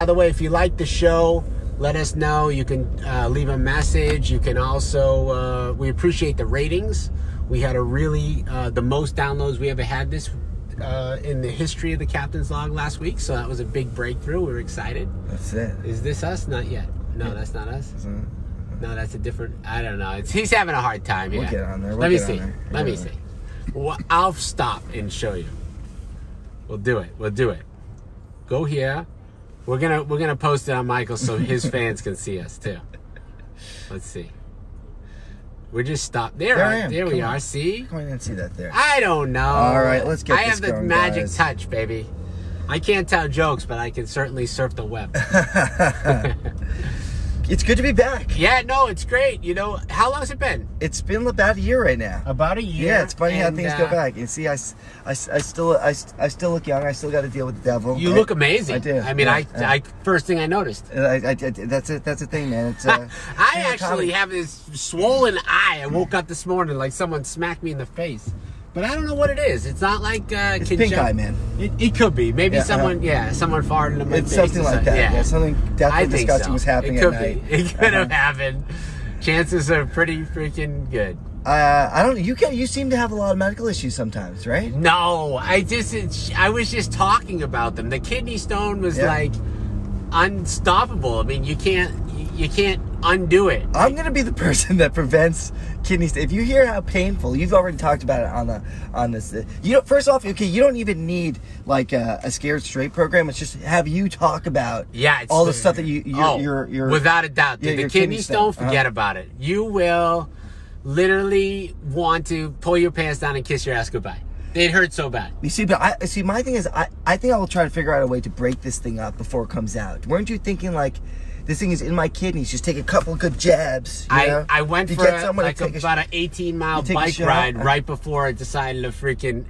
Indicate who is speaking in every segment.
Speaker 1: By the way, if you like the show, let us know. You can uh, leave a message. You can also, uh, we appreciate the ratings. We had a really, uh, the most downloads we ever had this uh, in the history of the Captain's Log last week. So that was a big breakthrough. We were excited.
Speaker 2: That's it.
Speaker 1: Is this us? Not yet. No, that's not us.
Speaker 2: Isn't
Speaker 1: No, that's a different. I don't know. It's, he's having a hard time. Yeah.
Speaker 2: get on there. We'll
Speaker 1: Let me
Speaker 2: get on
Speaker 1: see.
Speaker 2: there.
Speaker 1: Let me
Speaker 2: Yeah.
Speaker 1: see. Well, I'll stop and show you. We'll do it. We'll do it. Go here. We're gonna we're gonna post it on Michael so his fans can see us too. Let's see. We're just stopped there.
Speaker 2: There I
Speaker 1: There,
Speaker 2: am.
Speaker 1: we
Speaker 2: Come on.
Speaker 1: are. See.
Speaker 2: it? Come on and see that there.
Speaker 1: I don't know.
Speaker 2: All right, let's get
Speaker 1: I
Speaker 2: this
Speaker 1: have the
Speaker 2: going,
Speaker 1: magic
Speaker 2: guys.
Speaker 1: touch, baby. I can't tell jokes, but I can certainly surf the web.
Speaker 2: It's good to be back.
Speaker 1: yeah, no, it's great. You know, how long's it been?
Speaker 2: It's been about a year right now.
Speaker 1: About a year.
Speaker 2: yeah, it's funny how
Speaker 1: and,
Speaker 2: things
Speaker 1: uh,
Speaker 2: go back. And see, I, s- I s- I still, I, s- I still look young. I still got to deal with the devil.
Speaker 1: You
Speaker 2: I-
Speaker 1: look amazing.
Speaker 2: I do.
Speaker 1: I mean,
Speaker 2: Yeah,
Speaker 1: I,
Speaker 2: yeah.
Speaker 1: I first thing I noticed.
Speaker 2: I, I, I- that's it. That's the thing, man. It's. Uh,
Speaker 1: I
Speaker 2: it's
Speaker 1: actually
Speaker 2: comedy.
Speaker 1: have this swollen eye. I woke up this morning like someone smacked me in the face, but I don't know what it is. It's not like uh,
Speaker 2: It's
Speaker 1: conjun-
Speaker 2: pink eye, man.
Speaker 1: It, it could be. Maybe
Speaker 2: Yeah, I
Speaker 1: someone.
Speaker 2: don't-
Speaker 1: Yeah, someone farted in my
Speaker 2: It's
Speaker 1: face.
Speaker 2: something
Speaker 1: or
Speaker 2: like that. Yeah, something definitely
Speaker 1: I think
Speaker 2: disgusting
Speaker 1: so.
Speaker 2: was happening
Speaker 1: It
Speaker 2: at
Speaker 1: could
Speaker 2: night. Uh-huh.
Speaker 1: be. It could have happened. Chances are pretty freaking good.
Speaker 2: Uh, I don't. You can. You seem to have a lot of medical issues sometimes, right?
Speaker 1: No, I just it's, I was just talking about them. The kidney stone was
Speaker 2: Yeah.
Speaker 1: like unstoppable. I mean, you can't you- you can't undo it.
Speaker 2: I'm gonna be the person that prevents kidney. St- if you hear how painful, you've already talked about it on the on this. uh, You know, first off, okay, you don't even need like a, a scared straight program. It's just have you talk about
Speaker 1: Yeah, it's
Speaker 2: all the stuff that you you're,
Speaker 1: oh,
Speaker 2: you're, you're
Speaker 1: without a doubt.
Speaker 2: yeah,
Speaker 1: Dude,
Speaker 2: your
Speaker 1: the kidney stone,
Speaker 2: Uh-huh.
Speaker 1: forget about it. You will literally want to pull your pants down and kiss your ass goodbye. It hurts so bad.
Speaker 2: You see, but I see. My thing is, I I think I'll try to figure out a way to break this thing up before it comes out. Weren't you thinking like, this thing is in my kidneys? Just take a couple good jabs. You
Speaker 1: I,
Speaker 2: know?
Speaker 1: I went
Speaker 2: You
Speaker 1: for
Speaker 2: get
Speaker 1: a,
Speaker 2: someone to
Speaker 1: like
Speaker 2: take a sh-
Speaker 1: about an 18 mile
Speaker 2: you take a
Speaker 1: bike
Speaker 2: shit out?
Speaker 1: ride right before I decided to freaking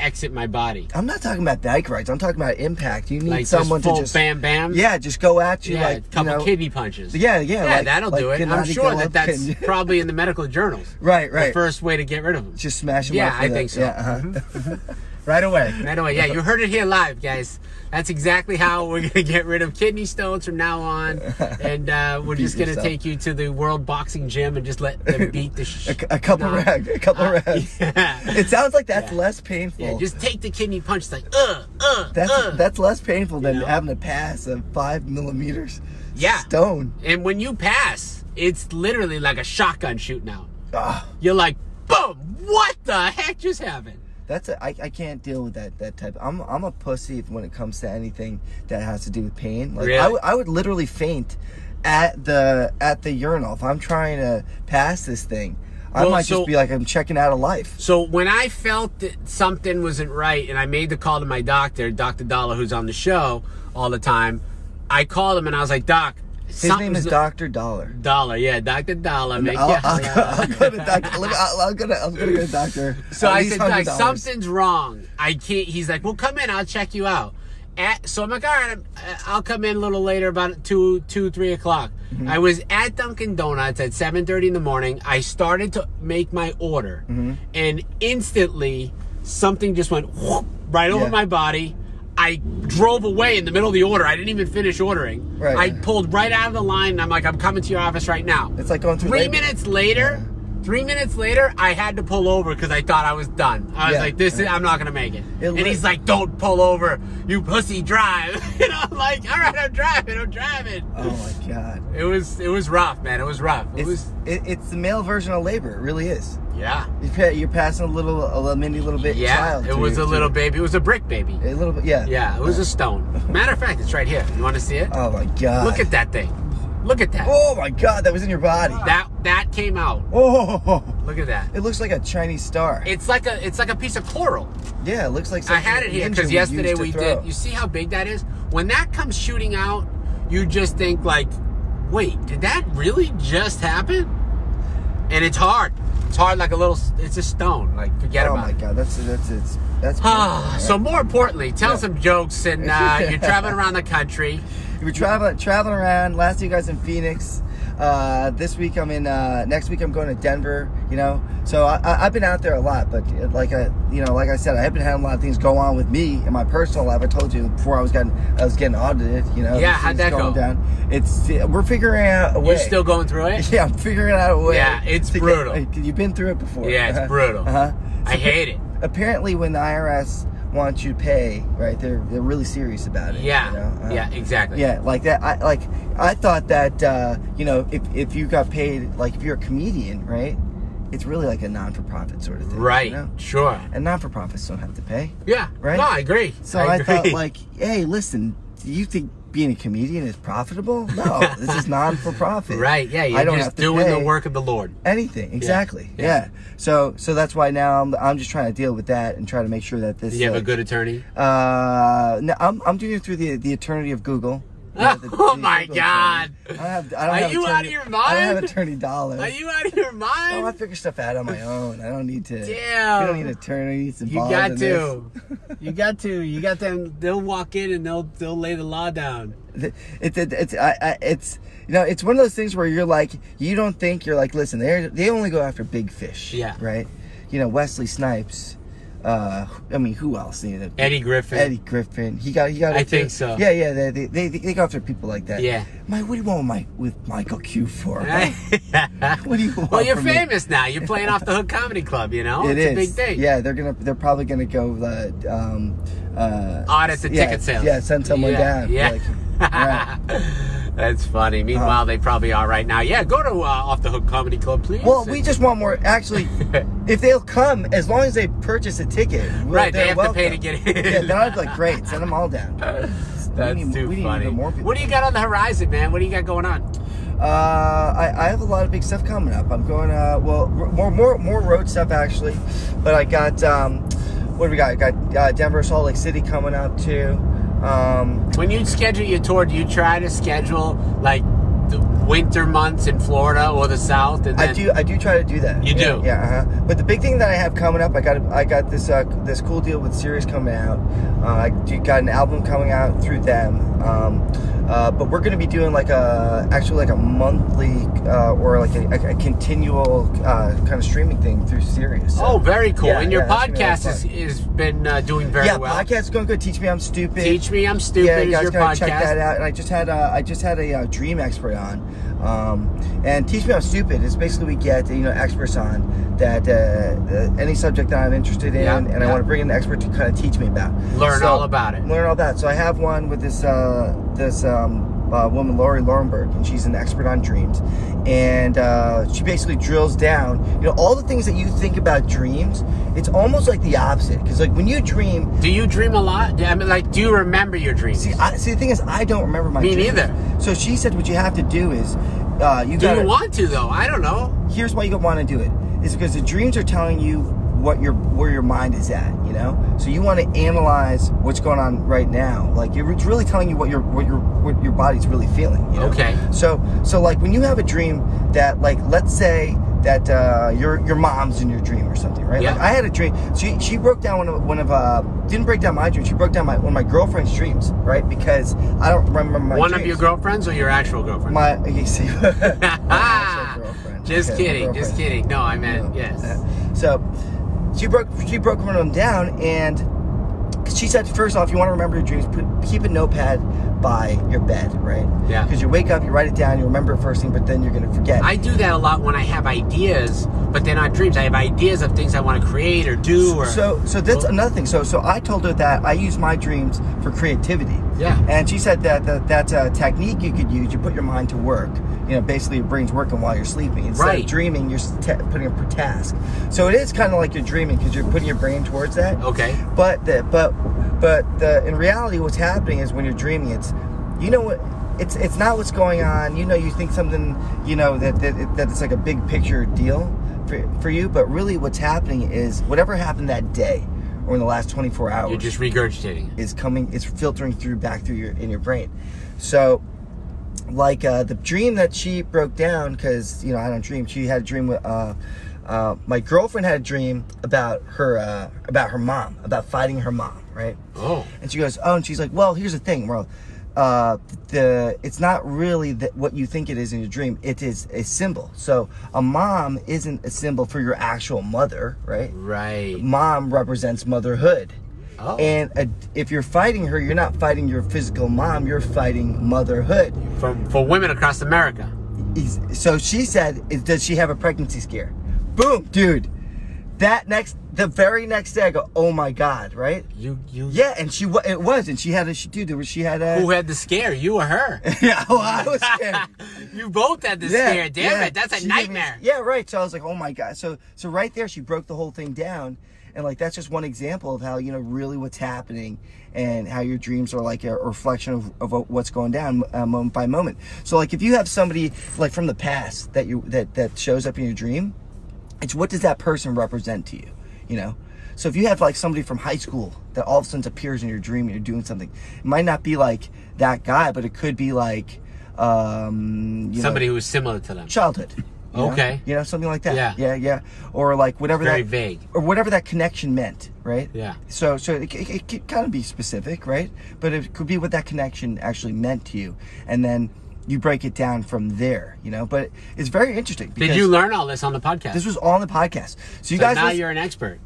Speaker 1: exit my body.
Speaker 2: I'm not talking about bike rides. I'm talking about impact. You need
Speaker 1: Like
Speaker 2: someone
Speaker 1: just full
Speaker 2: to just
Speaker 1: bam bam.
Speaker 2: Yeah, just go at you
Speaker 1: Yeah,
Speaker 2: like
Speaker 1: a couple
Speaker 2: you know,
Speaker 1: kidney punches.
Speaker 2: Yeah, yeah,
Speaker 1: yeah,
Speaker 2: like-
Speaker 1: that'll do
Speaker 2: like
Speaker 1: it. I'm
Speaker 2: Gennady
Speaker 1: sure that that's
Speaker 2: Golovkin.
Speaker 1: probably in the medical journals.
Speaker 2: Right, right.
Speaker 1: The first way to get rid of them.
Speaker 2: Just smash them.
Speaker 1: Yeah,
Speaker 2: up
Speaker 1: I
Speaker 2: with a-
Speaker 1: think so. Mm-hmm.
Speaker 2: Yeah, uh-huh. right away.
Speaker 1: By the way, yeah, you heard it here live, guys. That's exactly how we're gonna get rid of kidney stones from now on, and uh, we're just
Speaker 2: Beat
Speaker 1: gonna
Speaker 2: yourself.
Speaker 1: take you to the World Boxing Gym and just let them beat the
Speaker 2: A,
Speaker 1: shit.
Speaker 2: c- a couple
Speaker 1: No.
Speaker 2: rounds. A couple
Speaker 1: Uh,
Speaker 2: rounds.
Speaker 1: yeah.
Speaker 2: It sounds like that's less painful.
Speaker 1: Yeah, just take the kidney punch, like uh, uh,
Speaker 2: that's
Speaker 1: uh.
Speaker 2: that's less painful than
Speaker 1: know?
Speaker 2: having to pass a five millimeters
Speaker 1: Yeah.
Speaker 2: stone.
Speaker 1: and when you pass, it's literally like a shotgun shooting out.
Speaker 2: Ah,
Speaker 1: You're like, boom! What the heck just happened?
Speaker 2: that's a, I, I can't deal with that that type. I'm I'm a pussy if- when it comes to anything that has to do with pain. Like
Speaker 1: Really?
Speaker 2: I, w- I would literally faint at the at the urinal if I'm trying to pass this thing. I
Speaker 1: Well,
Speaker 2: might
Speaker 1: so-
Speaker 2: just be like I'm checking out of life.
Speaker 1: So when I felt that something wasn't right and I made the call to my doctor, Dr. Dollar, who's on the show all the time, I called him and I was like, Doc,
Speaker 2: His name is oh, Doctor Dollar.
Speaker 1: Dollar, yeah, Dr. Dollar. Make
Speaker 2: I'll,
Speaker 1: your-
Speaker 2: I'll, go, I'll go to doctor. Let me- I'll, I'll go to I'm gonna go to doctor.
Speaker 1: so
Speaker 2: At
Speaker 1: I
Speaker 2: least
Speaker 1: said, Doc,
Speaker 2: $100.
Speaker 1: something's wrong. I can't. He's like, well, come in. I'll check you out. At, so I'm like, all right, I'm, uh, I'll come in a little later, about two, two, three o'clock.
Speaker 2: Mm-hmm.
Speaker 1: I was at Dunkin' Donuts at 7:30 in the morning. I started to make my order,
Speaker 2: Mm-hmm.
Speaker 1: and instantly something just went whoop, right over
Speaker 2: Yeah.
Speaker 1: my body. I drove away in the middle of the order. I didn't even finish ordering.
Speaker 2: Right.
Speaker 1: I pulled right out of the line, and I'm like, I'm coming to your office right now.
Speaker 2: It's like going through
Speaker 1: Three
Speaker 2: labor.
Speaker 1: minutes later, three minutes later, I had to pull over because I thought I was done. I was
Speaker 2: Yeah.
Speaker 1: like, "This is, I'm not gonna make it."
Speaker 2: It
Speaker 1: and
Speaker 2: lit-
Speaker 1: he's like, "Don't pull over, you pussy! Drive!" and I'm like, "All right, I'm driving. I'm driving."
Speaker 2: Oh my god.
Speaker 1: It was it was rough, man. It was rough. It
Speaker 2: It's,
Speaker 1: was
Speaker 2: it, it's the male version of labor. It really is.
Speaker 1: yeah,
Speaker 2: You pa- You're passing a little, a little mini little bit
Speaker 1: yeah.
Speaker 2: child.
Speaker 1: It
Speaker 2: to
Speaker 1: was
Speaker 2: your-
Speaker 1: a
Speaker 2: to
Speaker 1: little baby. It was a brick baby.
Speaker 2: your- A little bit, yeah.
Speaker 1: Yeah, it was a stone. Matter of fact, it's right here. You want to see it?
Speaker 2: Oh my god.
Speaker 1: Look at that thing. Look at that.
Speaker 2: Oh my god, that was in your body.
Speaker 1: That that came out.
Speaker 2: Oh,
Speaker 1: Look at that.
Speaker 2: it looks like a Chinese star.
Speaker 1: It's like a it's like a piece of coral.
Speaker 2: yeah, it looks like.
Speaker 1: I
Speaker 2: Something
Speaker 1: had it here because yesterday we did. You see how big that is? When that comes shooting out, you just think like, "Wait, did that really just happen?" And it's hard. It's hard like a little. It's a stone. Like forget
Speaker 2: Oh
Speaker 1: about
Speaker 2: my
Speaker 1: it.
Speaker 2: god, that's that's it's that's.
Speaker 1: Ah, so more importantly, tell
Speaker 2: Yeah.
Speaker 1: some jokes and uh, you're traveling around the country.
Speaker 2: We were traveling traveling around. Last week I was in Phoenix. Uh, this week I'm in. Uh, next week I'm going to Denver. You know, so I, I, I've been out there a lot. But uh, like I, you know, like I said, I have been having a lot of things go on with me in my personal life. I told you before I was getting I was getting audited. You know,
Speaker 1: Yeah,
Speaker 2: this
Speaker 1: how'd
Speaker 2: thing's
Speaker 1: that
Speaker 2: going
Speaker 1: go?
Speaker 2: Down. It's we're figuring out a way.
Speaker 1: You're still going through it?
Speaker 2: Yeah, I'm figuring out a way.
Speaker 1: Yeah, it's
Speaker 2: to get-
Speaker 1: brutal.
Speaker 2: you've been through it before.
Speaker 1: Yeah, it's brutal.
Speaker 2: Uh-huh.
Speaker 1: I hate it.
Speaker 2: Apparently, when the IRS wants you to pay, right? They're they're really serious about it. you
Speaker 1: Yeah.
Speaker 2: know? Uh-huh.
Speaker 1: Yeah, exactly.
Speaker 2: Yeah, like that. I like. I thought that uh, you know, if if you got paid, like if you're a comedian, right? It's really like a non-for-profit sort of thing, you
Speaker 1: Right.
Speaker 2: know?
Speaker 1: Sure.
Speaker 2: And non-for-profits don't have to pay.
Speaker 1: Yeah.
Speaker 2: Right?
Speaker 1: No, I agree.
Speaker 2: So I,
Speaker 1: agree.
Speaker 2: thought, like, hey, listen, do you think being a comedian is profitable? No, this is non-for-profit.
Speaker 1: Right, yeah, you're
Speaker 2: I don't have
Speaker 1: just
Speaker 2: to
Speaker 1: doing the
Speaker 2: pay
Speaker 1: work of the Lord.
Speaker 2: anything exactly yeah.
Speaker 1: Yeah.
Speaker 2: so so that's why now I'm, I'm just trying to deal with that and try to make sure that this
Speaker 1: Do you have a
Speaker 2: like,
Speaker 1: good attorney?
Speaker 2: uh no I'm, I'm doing it through the the eternity of google You know, the-
Speaker 1: Oh
Speaker 2: the
Speaker 1: my
Speaker 2: Google
Speaker 1: God.
Speaker 2: attorney. I don't have, I don't
Speaker 1: Are
Speaker 2: have
Speaker 1: you
Speaker 2: attorney,
Speaker 1: out of your
Speaker 2: I don't have
Speaker 1: mind?
Speaker 2: attorney dollars
Speaker 1: Are you out of your
Speaker 2: Oh, I
Speaker 1: mind?
Speaker 2: figure stuff out on my own. I don't need to.
Speaker 1: Damn.
Speaker 2: You don't need attorneys
Speaker 1: You
Speaker 2: involved.
Speaker 1: got
Speaker 2: in this.
Speaker 1: to. You got to. You got them. They'll walk in and they'll they'll lay the law down.
Speaker 2: It, it, it's I, I, it's you know it's one of those things where you're like you don't think you're like listen they they only go after big fish
Speaker 1: Yeah.
Speaker 2: right you know Wesley Snipes uh I mean who else needed
Speaker 1: Eddie Griffin.
Speaker 2: Eddie Griffin he got he got
Speaker 1: I
Speaker 2: after-
Speaker 1: think so.
Speaker 2: yeah yeah they they, they, they go after people like that
Speaker 1: Yeah.
Speaker 2: my what do you want with my with Michael Q for what do you want
Speaker 1: well, you're
Speaker 2: from me?
Speaker 1: famous now. You're playing off the Hood Comedy Club. You know,
Speaker 2: It
Speaker 1: Oh, it's a
Speaker 2: is.
Speaker 1: big thing.
Speaker 2: yeah they're gonna they're probably gonna go uh, um uh
Speaker 1: Audit the
Speaker 2: yeah,
Speaker 1: ticket sales.
Speaker 2: yeah send someone
Speaker 1: Yeah,
Speaker 2: down
Speaker 1: Yeah.
Speaker 2: Like, yeah.
Speaker 1: That's funny. Meanwhile,
Speaker 2: Uh-huh.
Speaker 1: they probably are right now. Yeah, go to uh, Off the Hook Comedy Club, please.
Speaker 2: Well, we just want more. Actually, if they'll come, as long as they purchase a ticket, we'll-
Speaker 1: Right, they
Speaker 2: they're
Speaker 1: have to pay
Speaker 2: welcome.
Speaker 1: to get in.
Speaker 2: Yeah, then I'd be like, great, send them all down.
Speaker 1: That's
Speaker 2: we need,
Speaker 1: too
Speaker 2: we need
Speaker 1: funny.
Speaker 2: even more people.
Speaker 1: What do you got on the horizon, man? What do you got going on?
Speaker 2: Uh, I, I have a lot of big stuff coming up. I'm going. Uh, well, r- more more more road stuff actually, but I got um, what do we got? I got uh, Denver, Salt Lake City coming up too. Um,
Speaker 1: When you schedule your tour, do you try to schedule like the winter months in Florida or the South? And then,
Speaker 2: I do. I do try to do that.
Speaker 1: You
Speaker 2: yeah,
Speaker 1: do?
Speaker 2: Yeah. Uh-huh. But the big thing that I have coming up, I got. I got this. Uh, this cool deal with Sirius coming out. Uh, I do- got an album coming out through them. Um, uh, but we're going to be doing like a actually like a monthly uh, or like a, a continual uh, kind of streaming thing through Sirius. So-
Speaker 1: Oh, very cool.
Speaker 2: Yeah,
Speaker 1: and your
Speaker 2: yeah, that's gonna be a lot
Speaker 1: podcast
Speaker 2: of
Speaker 1: has
Speaker 2: fun.
Speaker 1: is, been uh, doing very
Speaker 2: yeah,
Speaker 1: well.
Speaker 2: podcast's going good. Teach me I'm stupid.
Speaker 1: Teach me I'm stupid
Speaker 2: yeah, you guys
Speaker 1: is your
Speaker 2: gotta
Speaker 1: podcast.
Speaker 2: check that out. And I just had a, I just had a, uh dream expert on, um, and teach me how stupid. It's basically we get you know experts on that uh, uh, any subject that I'm interested in,
Speaker 1: Yeah,
Speaker 2: and I
Speaker 1: yeah.
Speaker 2: want to bring in an expert to kind of teach me about.
Speaker 1: Learn all about it.
Speaker 2: Learn all about. it. So I have one with this uh, this um, uh, woman, Lori Lorenberg, and she's an expert on dreams, and uh, she basically drills down. You know all the things that you think about dreams. It's almost like the opposite because like when you dream,
Speaker 1: Do you dream a lot? I mean, like, do you remember your dreams?
Speaker 2: See, I, see, the thing is, I don't remember my.
Speaker 1: Me
Speaker 2: dreams.
Speaker 1: neither.
Speaker 2: So she said, what you have to do is, uh, you
Speaker 1: do
Speaker 2: got.
Speaker 1: you want to though? I don't know.
Speaker 2: Here's why you want to do it is because the dreams are telling you what your where your mind is at. You know, so you want to analyze what's going on right now. Like you're, it's really telling you what your what your what your body's really feeling. You know?
Speaker 1: Okay.
Speaker 2: So so like when you have a dream that like let's say. That uh, your your mom's in your dream or something, right?
Speaker 1: Yeah.
Speaker 2: Like I had a dream. She she broke down one of one of uh didn't break down my dream. She broke down my one of my girlfriend's dreams, right? Because I don't remember my
Speaker 1: One of
Speaker 2: dreams.
Speaker 1: your girlfriends or your actual girlfriend?
Speaker 2: My, okay, see, my
Speaker 1: Ah,
Speaker 2: actual girlfriend.
Speaker 1: just
Speaker 2: Okay, my
Speaker 1: kidding, just
Speaker 2: girlfriend.
Speaker 1: kidding. No, I meant
Speaker 2: No.
Speaker 1: yes.
Speaker 2: So she broke she broke one of them down, and 'cause she said, first off, you want to remember your dreams. Put, keep a notepad by your bed, right?
Speaker 1: Yeah.
Speaker 2: Because you wake up, you write it down, you remember it first thing, but then you're gonna forget.
Speaker 1: I do that a lot when I have ideas, but they're not dreams. I have ideas of things I want to create or do. Or
Speaker 2: so so that's another thing. So so I told her that I use my dreams for creativity.
Speaker 1: Yeah.
Speaker 2: And she said that, that that's a technique you could use. You put your mind to work. You know, basically your brain's working while you're sleeping. Instead
Speaker 1: Right.
Speaker 2: of dreaming, you're s- ta putting up a task. So it is kind of like you're dreaming because you're putting your brain towards that.
Speaker 1: okay.
Speaker 2: But the but but the in reality, what's happening is when you're dreaming, it's you know what. It's, it's not what's going on. You know, you think something, you know, that, that, that it's like a big picture deal for, for you, but really what's happening is whatever happened that day or in the last 24 hours
Speaker 1: You're just regurgitating. it.
Speaker 2: is coming is filtering through back through your in your brain so like uh, the dream that she broke down because you know i don't dream she had a dream with uh, uh, my girlfriend had a dream about her uh, about her mom about fighting her mom right
Speaker 1: Oh.
Speaker 2: and she goes, oh, and she's like, well, here's the thing, well, uh, the it's not really the, what you think it is in your dream. It is a symbol. So a mom isn't a symbol for your actual mother, right?
Speaker 1: Right.
Speaker 2: Mom represents motherhood.
Speaker 1: Oh.
Speaker 2: And a, if you're fighting her, you're not fighting your physical mom. You're fighting motherhood.
Speaker 1: For, for women across America.
Speaker 2: He's- So she said, "Is- "Does she have a pregnancy scare?" Boom, dude. That next, the very next day, I go, "Oh my god!" Right?
Speaker 1: You, you.
Speaker 2: Yeah, and she wa- it was, and she had a she dude. there was- She had a
Speaker 1: Who had the scare? You or her?
Speaker 2: yeah. Well, I was scared.
Speaker 1: you both had the
Speaker 2: Yeah,
Speaker 1: scare. Damn
Speaker 2: yeah.
Speaker 1: it, that's a
Speaker 2: She gave me-
Speaker 1: nightmare.
Speaker 2: yeah, right. So I was like, "Oh my god!" So so right there, she broke the whole thing down, and like that's just one example of how you know really what's happening and how your dreams are like a reflection of, of what- what's going down uh, moment by moment. So like if you have somebody like from the past that you that that shows up in your dream, it's what does that person represent to you you know so if you have like somebody from high school that all of a sudden appears in your dream and you're doing something it might not be like that guy but it could be like um you
Speaker 1: Somebody
Speaker 2: know,
Speaker 1: who was similar to them.
Speaker 2: childhood you know?
Speaker 1: Okay.
Speaker 2: you know something like that
Speaker 1: Yeah.
Speaker 2: yeah yeah or like whatever
Speaker 1: Very
Speaker 2: that
Speaker 1: vague.
Speaker 2: or whatever that connection meant right
Speaker 1: Yeah.
Speaker 2: so so it, it, it could kind of be specific right but it could be what that connection actually meant to you and then you break it down from there you know but it's very interesting
Speaker 1: Did
Speaker 2: because
Speaker 1: you learn all this on the podcast?
Speaker 2: this was all on the podcast so you
Speaker 1: so
Speaker 2: guys
Speaker 1: now
Speaker 2: listen-
Speaker 1: you're an expert.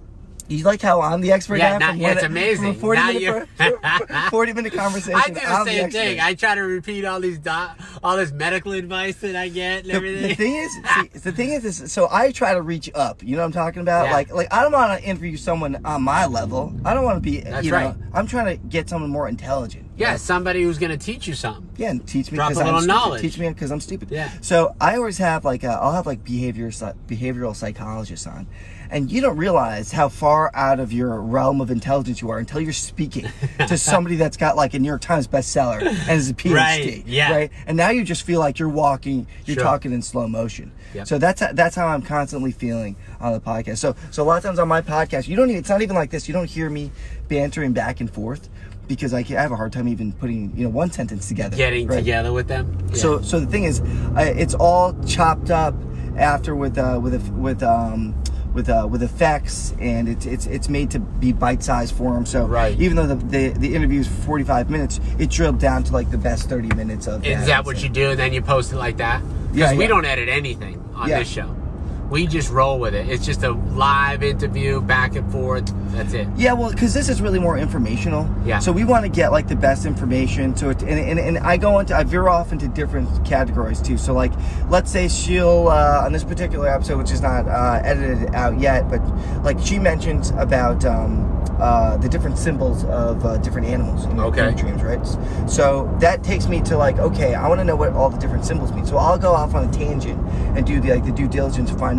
Speaker 2: you like how I'm the expert
Speaker 1: Yeah,
Speaker 2: now?
Speaker 1: now-
Speaker 2: from
Speaker 1: yeah,
Speaker 2: one-
Speaker 1: it's
Speaker 2: from
Speaker 1: amazing.
Speaker 2: a 40
Speaker 1: Now
Speaker 2: minute,
Speaker 1: you're-
Speaker 2: per- 40 minute conversation.
Speaker 1: I do the
Speaker 2: I'm
Speaker 1: same
Speaker 2: expert.
Speaker 1: thing. I try to repeat all these doc, all this medical advice that I get and
Speaker 2: the,
Speaker 1: everything.
Speaker 2: the thing is, see, the thing is, is, so I try to reach up. You know what I'm talking about?
Speaker 1: Yeah.
Speaker 2: Like, like I don't want to interview someone on my level. I don't want to be.
Speaker 1: That's
Speaker 2: you know,
Speaker 1: right.
Speaker 2: I'm trying to get someone more intelligent.
Speaker 1: yeah, somebody who's going to teach you something.
Speaker 2: Yeah, and teach me
Speaker 1: Drop
Speaker 2: because
Speaker 1: a
Speaker 2: I'm
Speaker 1: little
Speaker 2: stupid.
Speaker 1: knowledge.
Speaker 2: Teach me because I'm stupid.
Speaker 1: Yeah.
Speaker 2: So I always have like i I'll have like behavior psy- behavioral psychologists on, and you don't realize how far out of your realm of intelligence you are until you're speaking to somebody that's got like a New York Times bestseller and is a PhD.
Speaker 1: Right, yeah.
Speaker 2: Right. And now you just feel like you're walking, you're
Speaker 1: Sure.
Speaker 2: talking in slow motion.
Speaker 1: Yep.
Speaker 2: So that's that's how I'm constantly feeling on the podcast. So so a lot of times on my podcast, you don't even it's not even like this. You don't hear me bantering back and forth. Because I, can, I have a hard time even putting you know one sentence together
Speaker 1: Getting
Speaker 2: right?
Speaker 1: together with them. Yeah.
Speaker 2: So so the thing is, uh, it's all chopped up after with uh, with a, with um with uh, with effects, and it's it's it's made to be bite sized for them. So
Speaker 1: Right.
Speaker 2: even though the the, the interview is forty five minutes, it drilled down to like the best thirty minutes of.
Speaker 1: Is that what you do and then you post it like that? Because
Speaker 2: Yeah,
Speaker 1: we
Speaker 2: yeah.
Speaker 1: don't edit anything on
Speaker 2: Yeah.
Speaker 1: this show. We just roll with it. It's just a live interview, back and forth. That's it.
Speaker 2: Yeah, well, because this is really more informational.
Speaker 1: Yeah.
Speaker 2: So we want to get like the best information. So it, and, and and I go into I veer off into different categories too. So like, let's say she'll uh, on this particular episode, which is not uh, edited out yet, but like she mentions about um, uh, the different symbols of uh, different animals in your
Speaker 1: Okay.
Speaker 2: dreams, right? So that takes me to like, okay, I want to know what all the different symbols mean. So I'll go off on a tangent and do the like the due diligence to find out.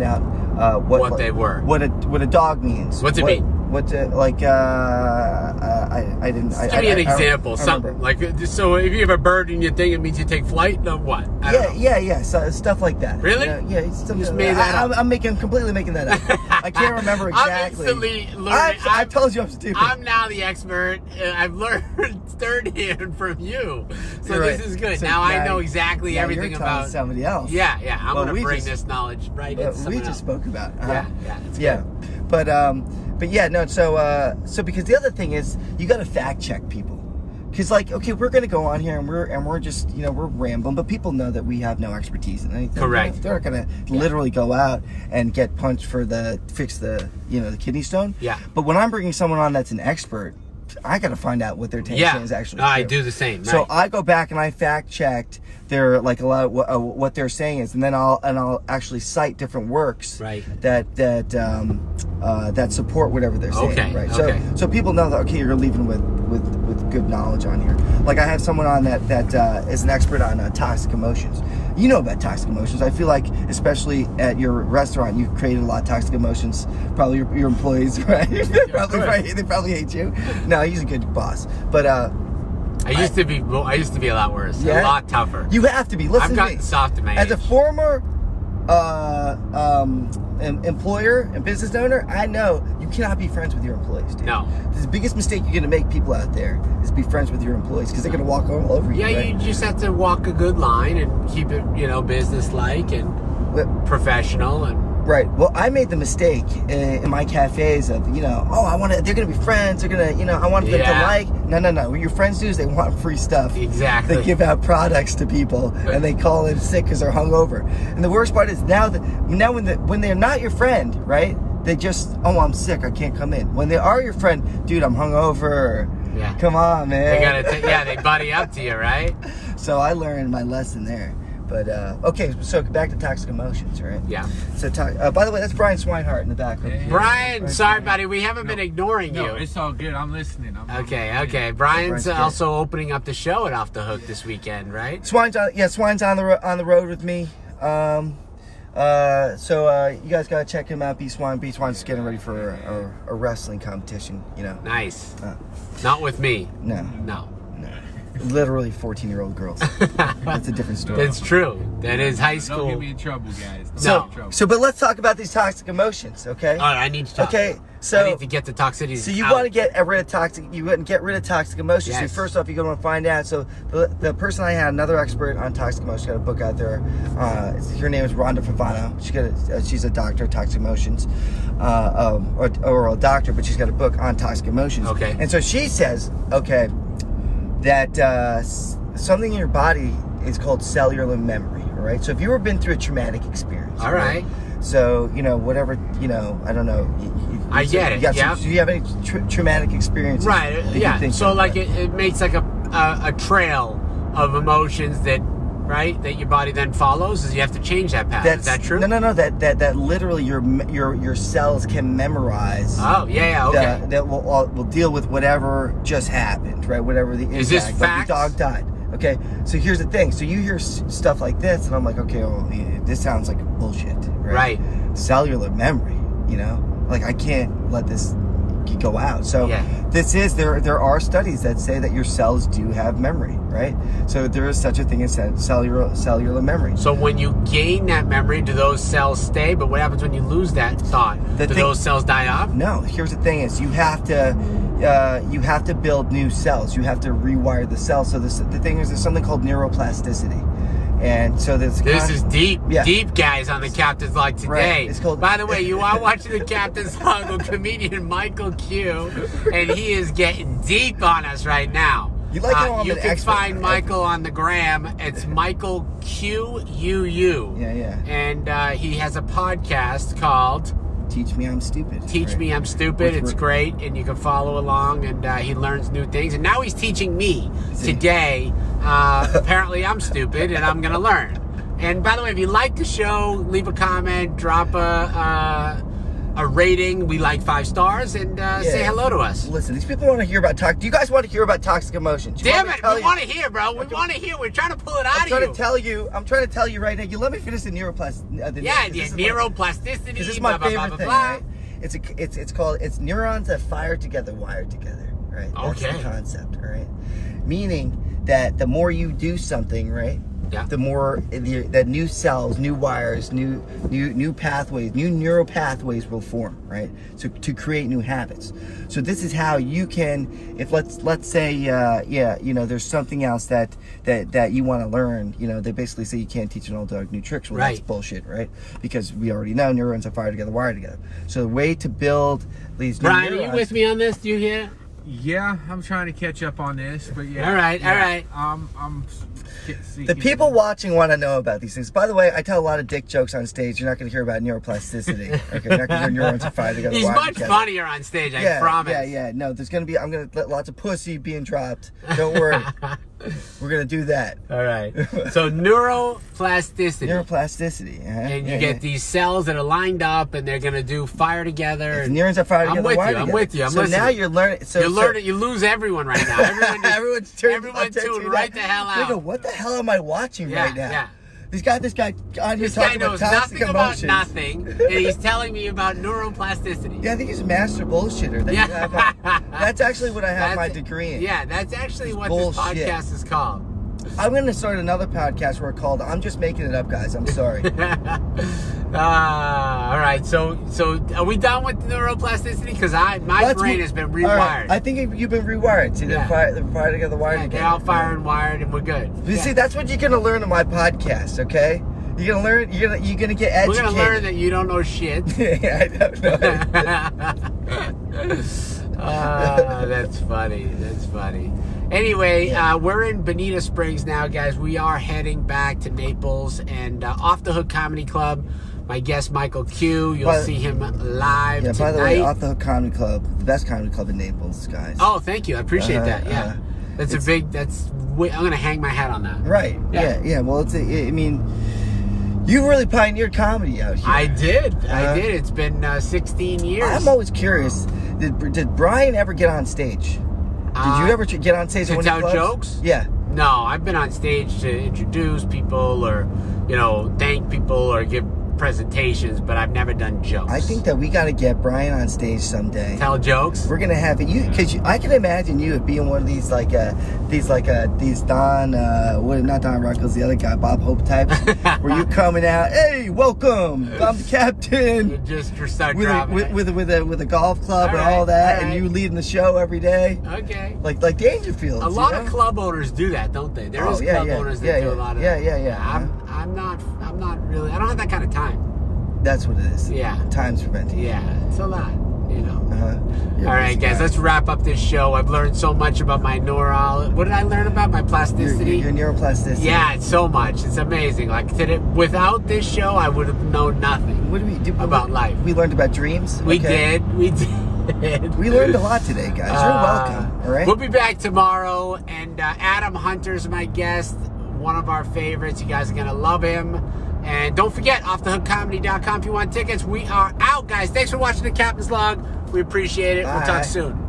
Speaker 2: Uh, what,
Speaker 1: What they were.
Speaker 2: What a what a dog means.
Speaker 1: What's it
Speaker 2: what,
Speaker 1: mean?
Speaker 2: What's it like? Uh, uh, I I didn't. I,
Speaker 1: Give me
Speaker 2: I-
Speaker 1: an
Speaker 2: I- I don't-
Speaker 1: example.
Speaker 2: I don't
Speaker 1: something
Speaker 2: remember.
Speaker 1: like uh, so. If you have a bird in your thing, it means you take flight. No, what? I
Speaker 2: yeah,
Speaker 1: don't know.
Speaker 2: yeah, yeah, so, stuff like that.
Speaker 1: Really?
Speaker 2: You know, yeah, it's something.
Speaker 1: just made that
Speaker 2: I,
Speaker 1: up.
Speaker 2: I'm, I'm making completely making that up. I can't remember
Speaker 1: I'm
Speaker 2: exactly.
Speaker 1: instantly learning-
Speaker 2: I, I
Speaker 1: I'm-
Speaker 2: told you I'm stupid.
Speaker 1: I'm now the expert. and I've learned third hand from you, so
Speaker 2: You're
Speaker 1: this
Speaker 2: right.
Speaker 1: is good.
Speaker 2: So
Speaker 1: now I
Speaker 2: now-
Speaker 1: know exactly
Speaker 2: now
Speaker 1: everything
Speaker 2: you're telling
Speaker 1: about.
Speaker 2: somebody else.
Speaker 1: Yeah, yeah. I'm
Speaker 2: Well,
Speaker 1: gonna
Speaker 2: we
Speaker 1: bring
Speaker 2: just-
Speaker 1: this knowledge right
Speaker 2: Uh,
Speaker 1: into
Speaker 2: we
Speaker 1: someone
Speaker 2: just
Speaker 1: else.
Speaker 2: spoke about. uh
Speaker 1: Yeah, yeah. It's good.
Speaker 2: yeah but um but yeah no so uh so because the other thing is you got to fact check people because like okay we're gonna go on here and we're and we're just you know we're rambling but people know that we have no expertise in anything
Speaker 1: Correct.
Speaker 2: they're not gonna literally go out and get punched for the fix the you know the kidney stone
Speaker 1: Yeah.
Speaker 2: but when i'm bringing someone on that's an expert i gotta find out what their take
Speaker 1: Yeah.
Speaker 2: is actually
Speaker 1: No, I
Speaker 2: true.
Speaker 1: do the same,
Speaker 2: so uh,
Speaker 1: right.
Speaker 2: I go back and I fact checked their like a lot of what, uh, what they're saying is, and then I'll and I'll actually cite different works
Speaker 1: Right.
Speaker 2: that that um, uh, that support whatever they're saying.
Speaker 1: Okay,
Speaker 2: Right.
Speaker 1: okay.
Speaker 2: So so people know that okay, you're leaving with with with good knowledge on here. Like I have someone on that that uh, is an expert on uh, toxic emotions. You know about toxic emotions. I feel like especially at your restaurant, you've created a lot of toxic emotions. Probably your, your employees, right? probably,
Speaker 1: course.
Speaker 2: right? They probably hate you. No, he's a good boss, but. uh
Speaker 1: I used to be. Well, I used to be a lot worse. A
Speaker 2: Yeah?
Speaker 1: lot tougher.
Speaker 2: You have to be. Listen
Speaker 1: I've
Speaker 2: to me.
Speaker 1: gotten soft in my
Speaker 2: As a
Speaker 1: age.
Speaker 2: former uh, um, em- employer and business owner, I know you cannot be friends with your employees. Dude.
Speaker 1: No.
Speaker 2: The biggest mistake you're going to make people out there is be friends with your employees because they're going to walk all over you.
Speaker 1: Yeah,
Speaker 2: right?
Speaker 1: you just have to walk a good line and keep it, you know, business like and
Speaker 2: But-
Speaker 1: professional and
Speaker 2: Right. Well, I made the mistake in, in my cafes of, you know, oh, I want to, they're going to be friends. They're going to, you know, I want them
Speaker 1: Yeah.
Speaker 2: to like. No, no, no. What your friends do is they want free stuff.
Speaker 1: Exactly.
Speaker 2: They give out products to people and they call in sick because they're hungover. And the worst part is now that, now when, the, when they're not your friend, right? They just, oh, I'm sick. I can't come in. When they are your friend, dude, I'm hungover.
Speaker 1: Yeah.
Speaker 2: Come on, man.
Speaker 1: They gotta, t- yeah, they buddy up to you, right?
Speaker 2: So I learned my lesson there. But uh, okay, so back to toxic emotions, right?
Speaker 1: Yeah.
Speaker 2: So, to- uh, by the way, that's Brian Swinehart in the back. over here.
Speaker 1: Brian,
Speaker 2: Brian
Speaker 1: sorry,
Speaker 2: Swinehart.
Speaker 1: buddy, we haven't been ignoring
Speaker 3: No,
Speaker 1: you.
Speaker 3: it's all good. I'm listening. I'm, I'm
Speaker 1: Okay,
Speaker 3: listening.
Speaker 1: okay. Brian's
Speaker 2: Brian's
Speaker 1: uh,
Speaker 2: good.
Speaker 1: also opening up the show at Off the Hook this weekend, right?
Speaker 2: Swine's on. Yeah, Swine's on the ro- on the road with me. Um, uh, so uh, you guys gotta check him out. B Swine, B Swine's getting ready for a, a, a wrestling competition. You know,
Speaker 1: Nice.
Speaker 2: Uh.
Speaker 1: Not with me.
Speaker 2: no,
Speaker 1: No.
Speaker 2: literally fourteen-year-old girls. That's a different story.
Speaker 1: That's true. That is high
Speaker 3: Don't get
Speaker 1: school.
Speaker 3: me in trouble, guys. Don't
Speaker 1: So-
Speaker 3: get me in trouble.
Speaker 2: So, but let's talk about these toxic emotions, okay?
Speaker 1: All right, I need to talk.
Speaker 2: Okay,
Speaker 1: I
Speaker 2: so-
Speaker 1: need to get the toxicity.
Speaker 2: So you
Speaker 1: out.
Speaker 2: want to get rid of toxic. You want to get rid of toxic emotions.
Speaker 1: Yes.
Speaker 2: So first off, you're going to find out. So the, the person I had, another expert on toxic emotions, got a book out there. Uh, it's- her name is Rhonda Favano. She got a, uh, she's a doctor of toxic emotions, uh, um, or, or a doctor, but she's got a book on toxic emotions.
Speaker 1: Okay.
Speaker 2: And so she says, okay, that uh, s- something in your body is called cellular memory. All right. So if you've ever been through a traumatic experience.
Speaker 1: All
Speaker 2: all
Speaker 1: right.
Speaker 2: So you know whatever you know. I don't know. You, you,
Speaker 1: I get it,
Speaker 2: you got some-
Speaker 1: yeah.
Speaker 2: do you have any tra- traumatic experiences?
Speaker 1: Right. uh,
Speaker 2: that you
Speaker 1: Yeah.
Speaker 2: think
Speaker 1: So
Speaker 2: of?
Speaker 1: like it, it makes like a, a a trail of emotions that right that your body then follows. Is you have to change that path.
Speaker 2: that's
Speaker 1: is that true?
Speaker 2: No, no, no. That that that literally your me- your your cells can memorize.
Speaker 1: Oh yeah. yeah okay.
Speaker 2: That, that will all- will deal with whatever just happened, right? Whatever the
Speaker 1: Is
Speaker 2: impact.
Speaker 1: this
Speaker 2: like
Speaker 1: facts?
Speaker 2: the dog died. Okay. So here's the thing. So you hear s- stuff like this, and I'm like, okay, well, yeah, this sounds like bullshit, right?
Speaker 1: Right.
Speaker 2: Cellular memory, you know, like I can't let this go out. So
Speaker 1: Yeah.
Speaker 2: this is there. There are studies that say that your cells do have memory, right? So there is such a thing as cell- cellular cellular memory.
Speaker 1: So when you gain that memory, do those cells stay? But what happens when you lose that thought?
Speaker 2: The
Speaker 1: do
Speaker 2: thing-
Speaker 1: those cells die off?
Speaker 2: No, here's the thing: is you have to, uh, you have to build new cells. You have to rewire the cells. So this, the thing is, there's something called neuroplasticity, and so there's
Speaker 1: This is deep,
Speaker 2: Yeah.
Speaker 1: deep guys on the Captain's Log today.
Speaker 2: Right, it's called-
Speaker 1: By the way, you are watching the Captain's Log with comedian Michael Q, and he is getting deep on us right now. Uh,
Speaker 2: You like how I'm
Speaker 1: You
Speaker 2: an
Speaker 1: can
Speaker 2: expert
Speaker 1: find
Speaker 2: on
Speaker 1: Michael on the gram. It's Michael Q U U.
Speaker 2: Yeah, yeah.
Speaker 1: And uh, he has a podcast called
Speaker 2: teach me I'm stupid.
Speaker 1: Teach
Speaker 2: right?
Speaker 1: Me I'm Stupid.
Speaker 2: Which
Speaker 1: It's
Speaker 2: we're-
Speaker 1: great, and you can follow along, and uh, he learns new things. And now he's teaching me today. Uh, apparently, I'm stupid, and I'm going to learn. And by the way, if you like the show, leave a comment, drop a uh, a rating. We like five stars, and uh, say
Speaker 2: Yeah.
Speaker 1: hello to us.
Speaker 2: Listen, these people want to hear about toxic. Do you guys want to hear about toxic emotions? You
Speaker 1: Damn
Speaker 2: want me
Speaker 1: it,
Speaker 2: to tell
Speaker 1: we
Speaker 2: you-
Speaker 1: want to hear, bro. We want to hear. We're trying to pull it out
Speaker 2: I'm trying
Speaker 1: of you.
Speaker 2: to tell you. I'm trying to tell you right now. You let me finish the neuroplasticity. Uh, the-
Speaker 1: yeah,
Speaker 2: 'cause
Speaker 1: yeah,
Speaker 2: this is my-
Speaker 1: neuroplasticity.
Speaker 2: Because this is
Speaker 1: blah,
Speaker 2: my
Speaker 1: blah,
Speaker 2: favorite
Speaker 1: blah,
Speaker 2: thing.
Speaker 1: blah,
Speaker 2: Right? It's a, it's it's called it's neurons that fire together, wired together. Right. That's
Speaker 1: Okay.
Speaker 2: the concept. All right. Meaning that the more you do something, right.
Speaker 1: Yeah.
Speaker 2: The more the, that new cells, new wires, new new new pathways, new neural pathways will form, right? So to create new habits. So this is how you can, if let's let's say, uh, yeah, you know, there's something else that that that you want to learn. You know, they basically say you can't teach an old dog new tricks. Well, that's
Speaker 1: Right.
Speaker 2: bullshit, right? Because we already know neurons are wired together, wired together. So the way to build these new
Speaker 1: Brian, are you
Speaker 2: neurons-
Speaker 1: with me on this? Do you hear?
Speaker 3: Yeah, I'm trying to catch up on this, but yeah.
Speaker 1: All right, all
Speaker 3: yeah,
Speaker 1: right.
Speaker 3: I'm, I'm get-
Speaker 2: The
Speaker 3: seeking-
Speaker 2: people watching want to know about these things. By the way, I tell a lot of dick jokes on stage. You're not going to hear about neuroplasticity. Okay, you're not going to hear neurons are fired together.
Speaker 1: He's
Speaker 2: wired
Speaker 1: much
Speaker 2: together.
Speaker 1: funnier on stage, I
Speaker 2: yeah,
Speaker 1: promise.
Speaker 2: Yeah, yeah. No, there's going to be. I'm going to let lots of pussy being dropped. Don't worry. We're going to do that.
Speaker 1: All right. So neuroplasticity.
Speaker 2: Neuroplasticity. uh-huh.
Speaker 1: and you
Speaker 2: Yeah,
Speaker 1: get
Speaker 2: yeah.
Speaker 1: these cells that are lined up and they're going to do fire together.
Speaker 2: If
Speaker 1: and
Speaker 2: neurons are fired
Speaker 1: I'm
Speaker 2: together.
Speaker 1: with you,
Speaker 2: wired
Speaker 1: I'm
Speaker 2: together.
Speaker 1: with you, I'm
Speaker 2: so now
Speaker 1: listening.
Speaker 2: you're learning. So
Speaker 1: you're
Speaker 2: so-
Speaker 1: learning, you lose everyone right now. Everyone just,
Speaker 2: Everyone's turned.
Speaker 1: everyone
Speaker 2: I'm turning
Speaker 1: tuned
Speaker 2: to
Speaker 1: right the
Speaker 2: that.
Speaker 1: hell
Speaker 2: They go,
Speaker 1: out.
Speaker 2: what the hell am I watching
Speaker 1: Yeah,
Speaker 2: right now?
Speaker 1: yeah.
Speaker 2: This guy, this guy on here
Speaker 1: This guy
Speaker 2: talking about
Speaker 1: knows
Speaker 2: toxic
Speaker 1: nothing
Speaker 2: emotions.
Speaker 1: about nothing, and he's telling me about neuroplasticity.
Speaker 2: Yeah, I think he's a master bullshitter. That
Speaker 1: Yeah.
Speaker 2: you have my, that's actually what I
Speaker 1: That's-
Speaker 2: have my degree in.
Speaker 1: Yeah, that's actually what
Speaker 2: bullshit.
Speaker 1: this podcast is called.
Speaker 2: I'm going to start another podcast where it's called I'm Just Making It Up, Guys. I'm sorry.
Speaker 1: Ah, all right. So, so are we done with neuroplasticity? Because I, my
Speaker 2: Let's
Speaker 1: brain
Speaker 2: mo-
Speaker 1: has been
Speaker 2: All
Speaker 1: rewired.
Speaker 2: right, I think you've been rewired. See,
Speaker 1: Yeah.
Speaker 2: they're, fire, they're fired together, wired
Speaker 1: Yeah,
Speaker 2: again.
Speaker 1: they're all firing wired and we're good.
Speaker 2: You see, that's what you're going to learn on my podcast, okay? You're gonna learn. You're gonna you're gonna get educated.
Speaker 1: We're gonna learn that you don't know shit.
Speaker 2: yeah, I don't know.
Speaker 1: Ah, that's funny. That's funny. Anyway, uh, we're in Bonita Springs now, guys. We are heading back to Naples and uh, Off the Hook Comedy Club. My guest, Michael Q. You'll
Speaker 2: By-
Speaker 1: see him live
Speaker 2: yeah.
Speaker 1: tonight.
Speaker 2: By the way, Off the Hook Comedy Club, the best comedy club in Naples, guys.
Speaker 1: oh, thank you. I appreciate
Speaker 2: Uh-huh,
Speaker 1: that. Yeah,
Speaker 2: uh-huh.
Speaker 1: that's a
Speaker 2: It's-
Speaker 1: big. That's. wi- I'm gonna hang my hat on that.
Speaker 2: Right.
Speaker 1: Yeah.
Speaker 2: Yeah. Yeah. Well, it's. A, I mean, you really pioneered comedy out here.
Speaker 1: I did. I
Speaker 2: Uh-huh.
Speaker 1: did. It's been uh, 16 years.
Speaker 2: I'm always curious. Did did Brian ever get on stage? Did
Speaker 1: Uh,
Speaker 2: you ever tr- get on stage?
Speaker 1: to
Speaker 2: at one of
Speaker 1: tell
Speaker 2: your clubs?
Speaker 1: jokes?
Speaker 2: Yeah.
Speaker 1: No, I've been on stage to introduce people or, you know, thank people or give presentations, but I've never done jokes.
Speaker 2: I think that we got to get Brian on stage someday.
Speaker 1: tell jokes.
Speaker 2: We're gonna have it. You, cause you, I can imagine you being one of these like uh, these like uh, these Don, uh, what not Don Ruckles, the other guy, Bob Hope types, where you coming out, hey, welcome, I'm the
Speaker 1: You
Speaker 2: captain,
Speaker 1: just start
Speaker 2: with a,
Speaker 1: dropping.
Speaker 2: with,
Speaker 1: it.
Speaker 2: with a, with a with a golf club and
Speaker 1: Alright,
Speaker 2: all that, and
Speaker 1: alright.
Speaker 2: you leading the show every day,
Speaker 1: okay.
Speaker 2: like like the Angelfields.
Speaker 1: A lot
Speaker 2: you
Speaker 1: of
Speaker 2: know?
Speaker 1: club owners do that, don't they? There
Speaker 2: Oh,
Speaker 1: is
Speaker 2: yeah,
Speaker 1: club
Speaker 2: yeah,
Speaker 1: owners that
Speaker 2: yeah,
Speaker 1: do
Speaker 2: yeah,
Speaker 1: a lot of
Speaker 2: yeah,
Speaker 1: that.
Speaker 2: yeah, Uh-huh. yeah.
Speaker 1: I'm, I'm not. I'm not really. I don't have that kind of time.
Speaker 2: That's what it is.
Speaker 1: Yeah.
Speaker 2: Times preventing.
Speaker 1: Yeah, it's a lot. You know.
Speaker 2: Uh-huh. You're
Speaker 1: All right,
Speaker 2: busy
Speaker 1: guys,
Speaker 2: guy.
Speaker 1: let's wrap up this show. I've learned so much about my neural. What did I learn about my
Speaker 2: Your,
Speaker 1: plasticity?
Speaker 2: your, your neuroplasticity.
Speaker 1: Yeah, it's so much. It's amazing. Like today, without this show, I would have known nothing.
Speaker 2: What do we do
Speaker 1: About life.
Speaker 2: We learned about dreams.
Speaker 1: We
Speaker 2: okay.
Speaker 1: did. We did.
Speaker 2: We learned a lot today, guys. You're
Speaker 1: Uh,
Speaker 2: welcome. All right.
Speaker 1: We'll be back tomorrow, and uh, Adam Hunter's my guest, one of our favorites. You guys are gonna love him. And don't forget, offthehookcomedy.com if you want tickets. We are out, guys. Thanks for watching the Captain's Log. We appreciate it. We'll
Speaker 2: Bye.
Speaker 1: talk soon.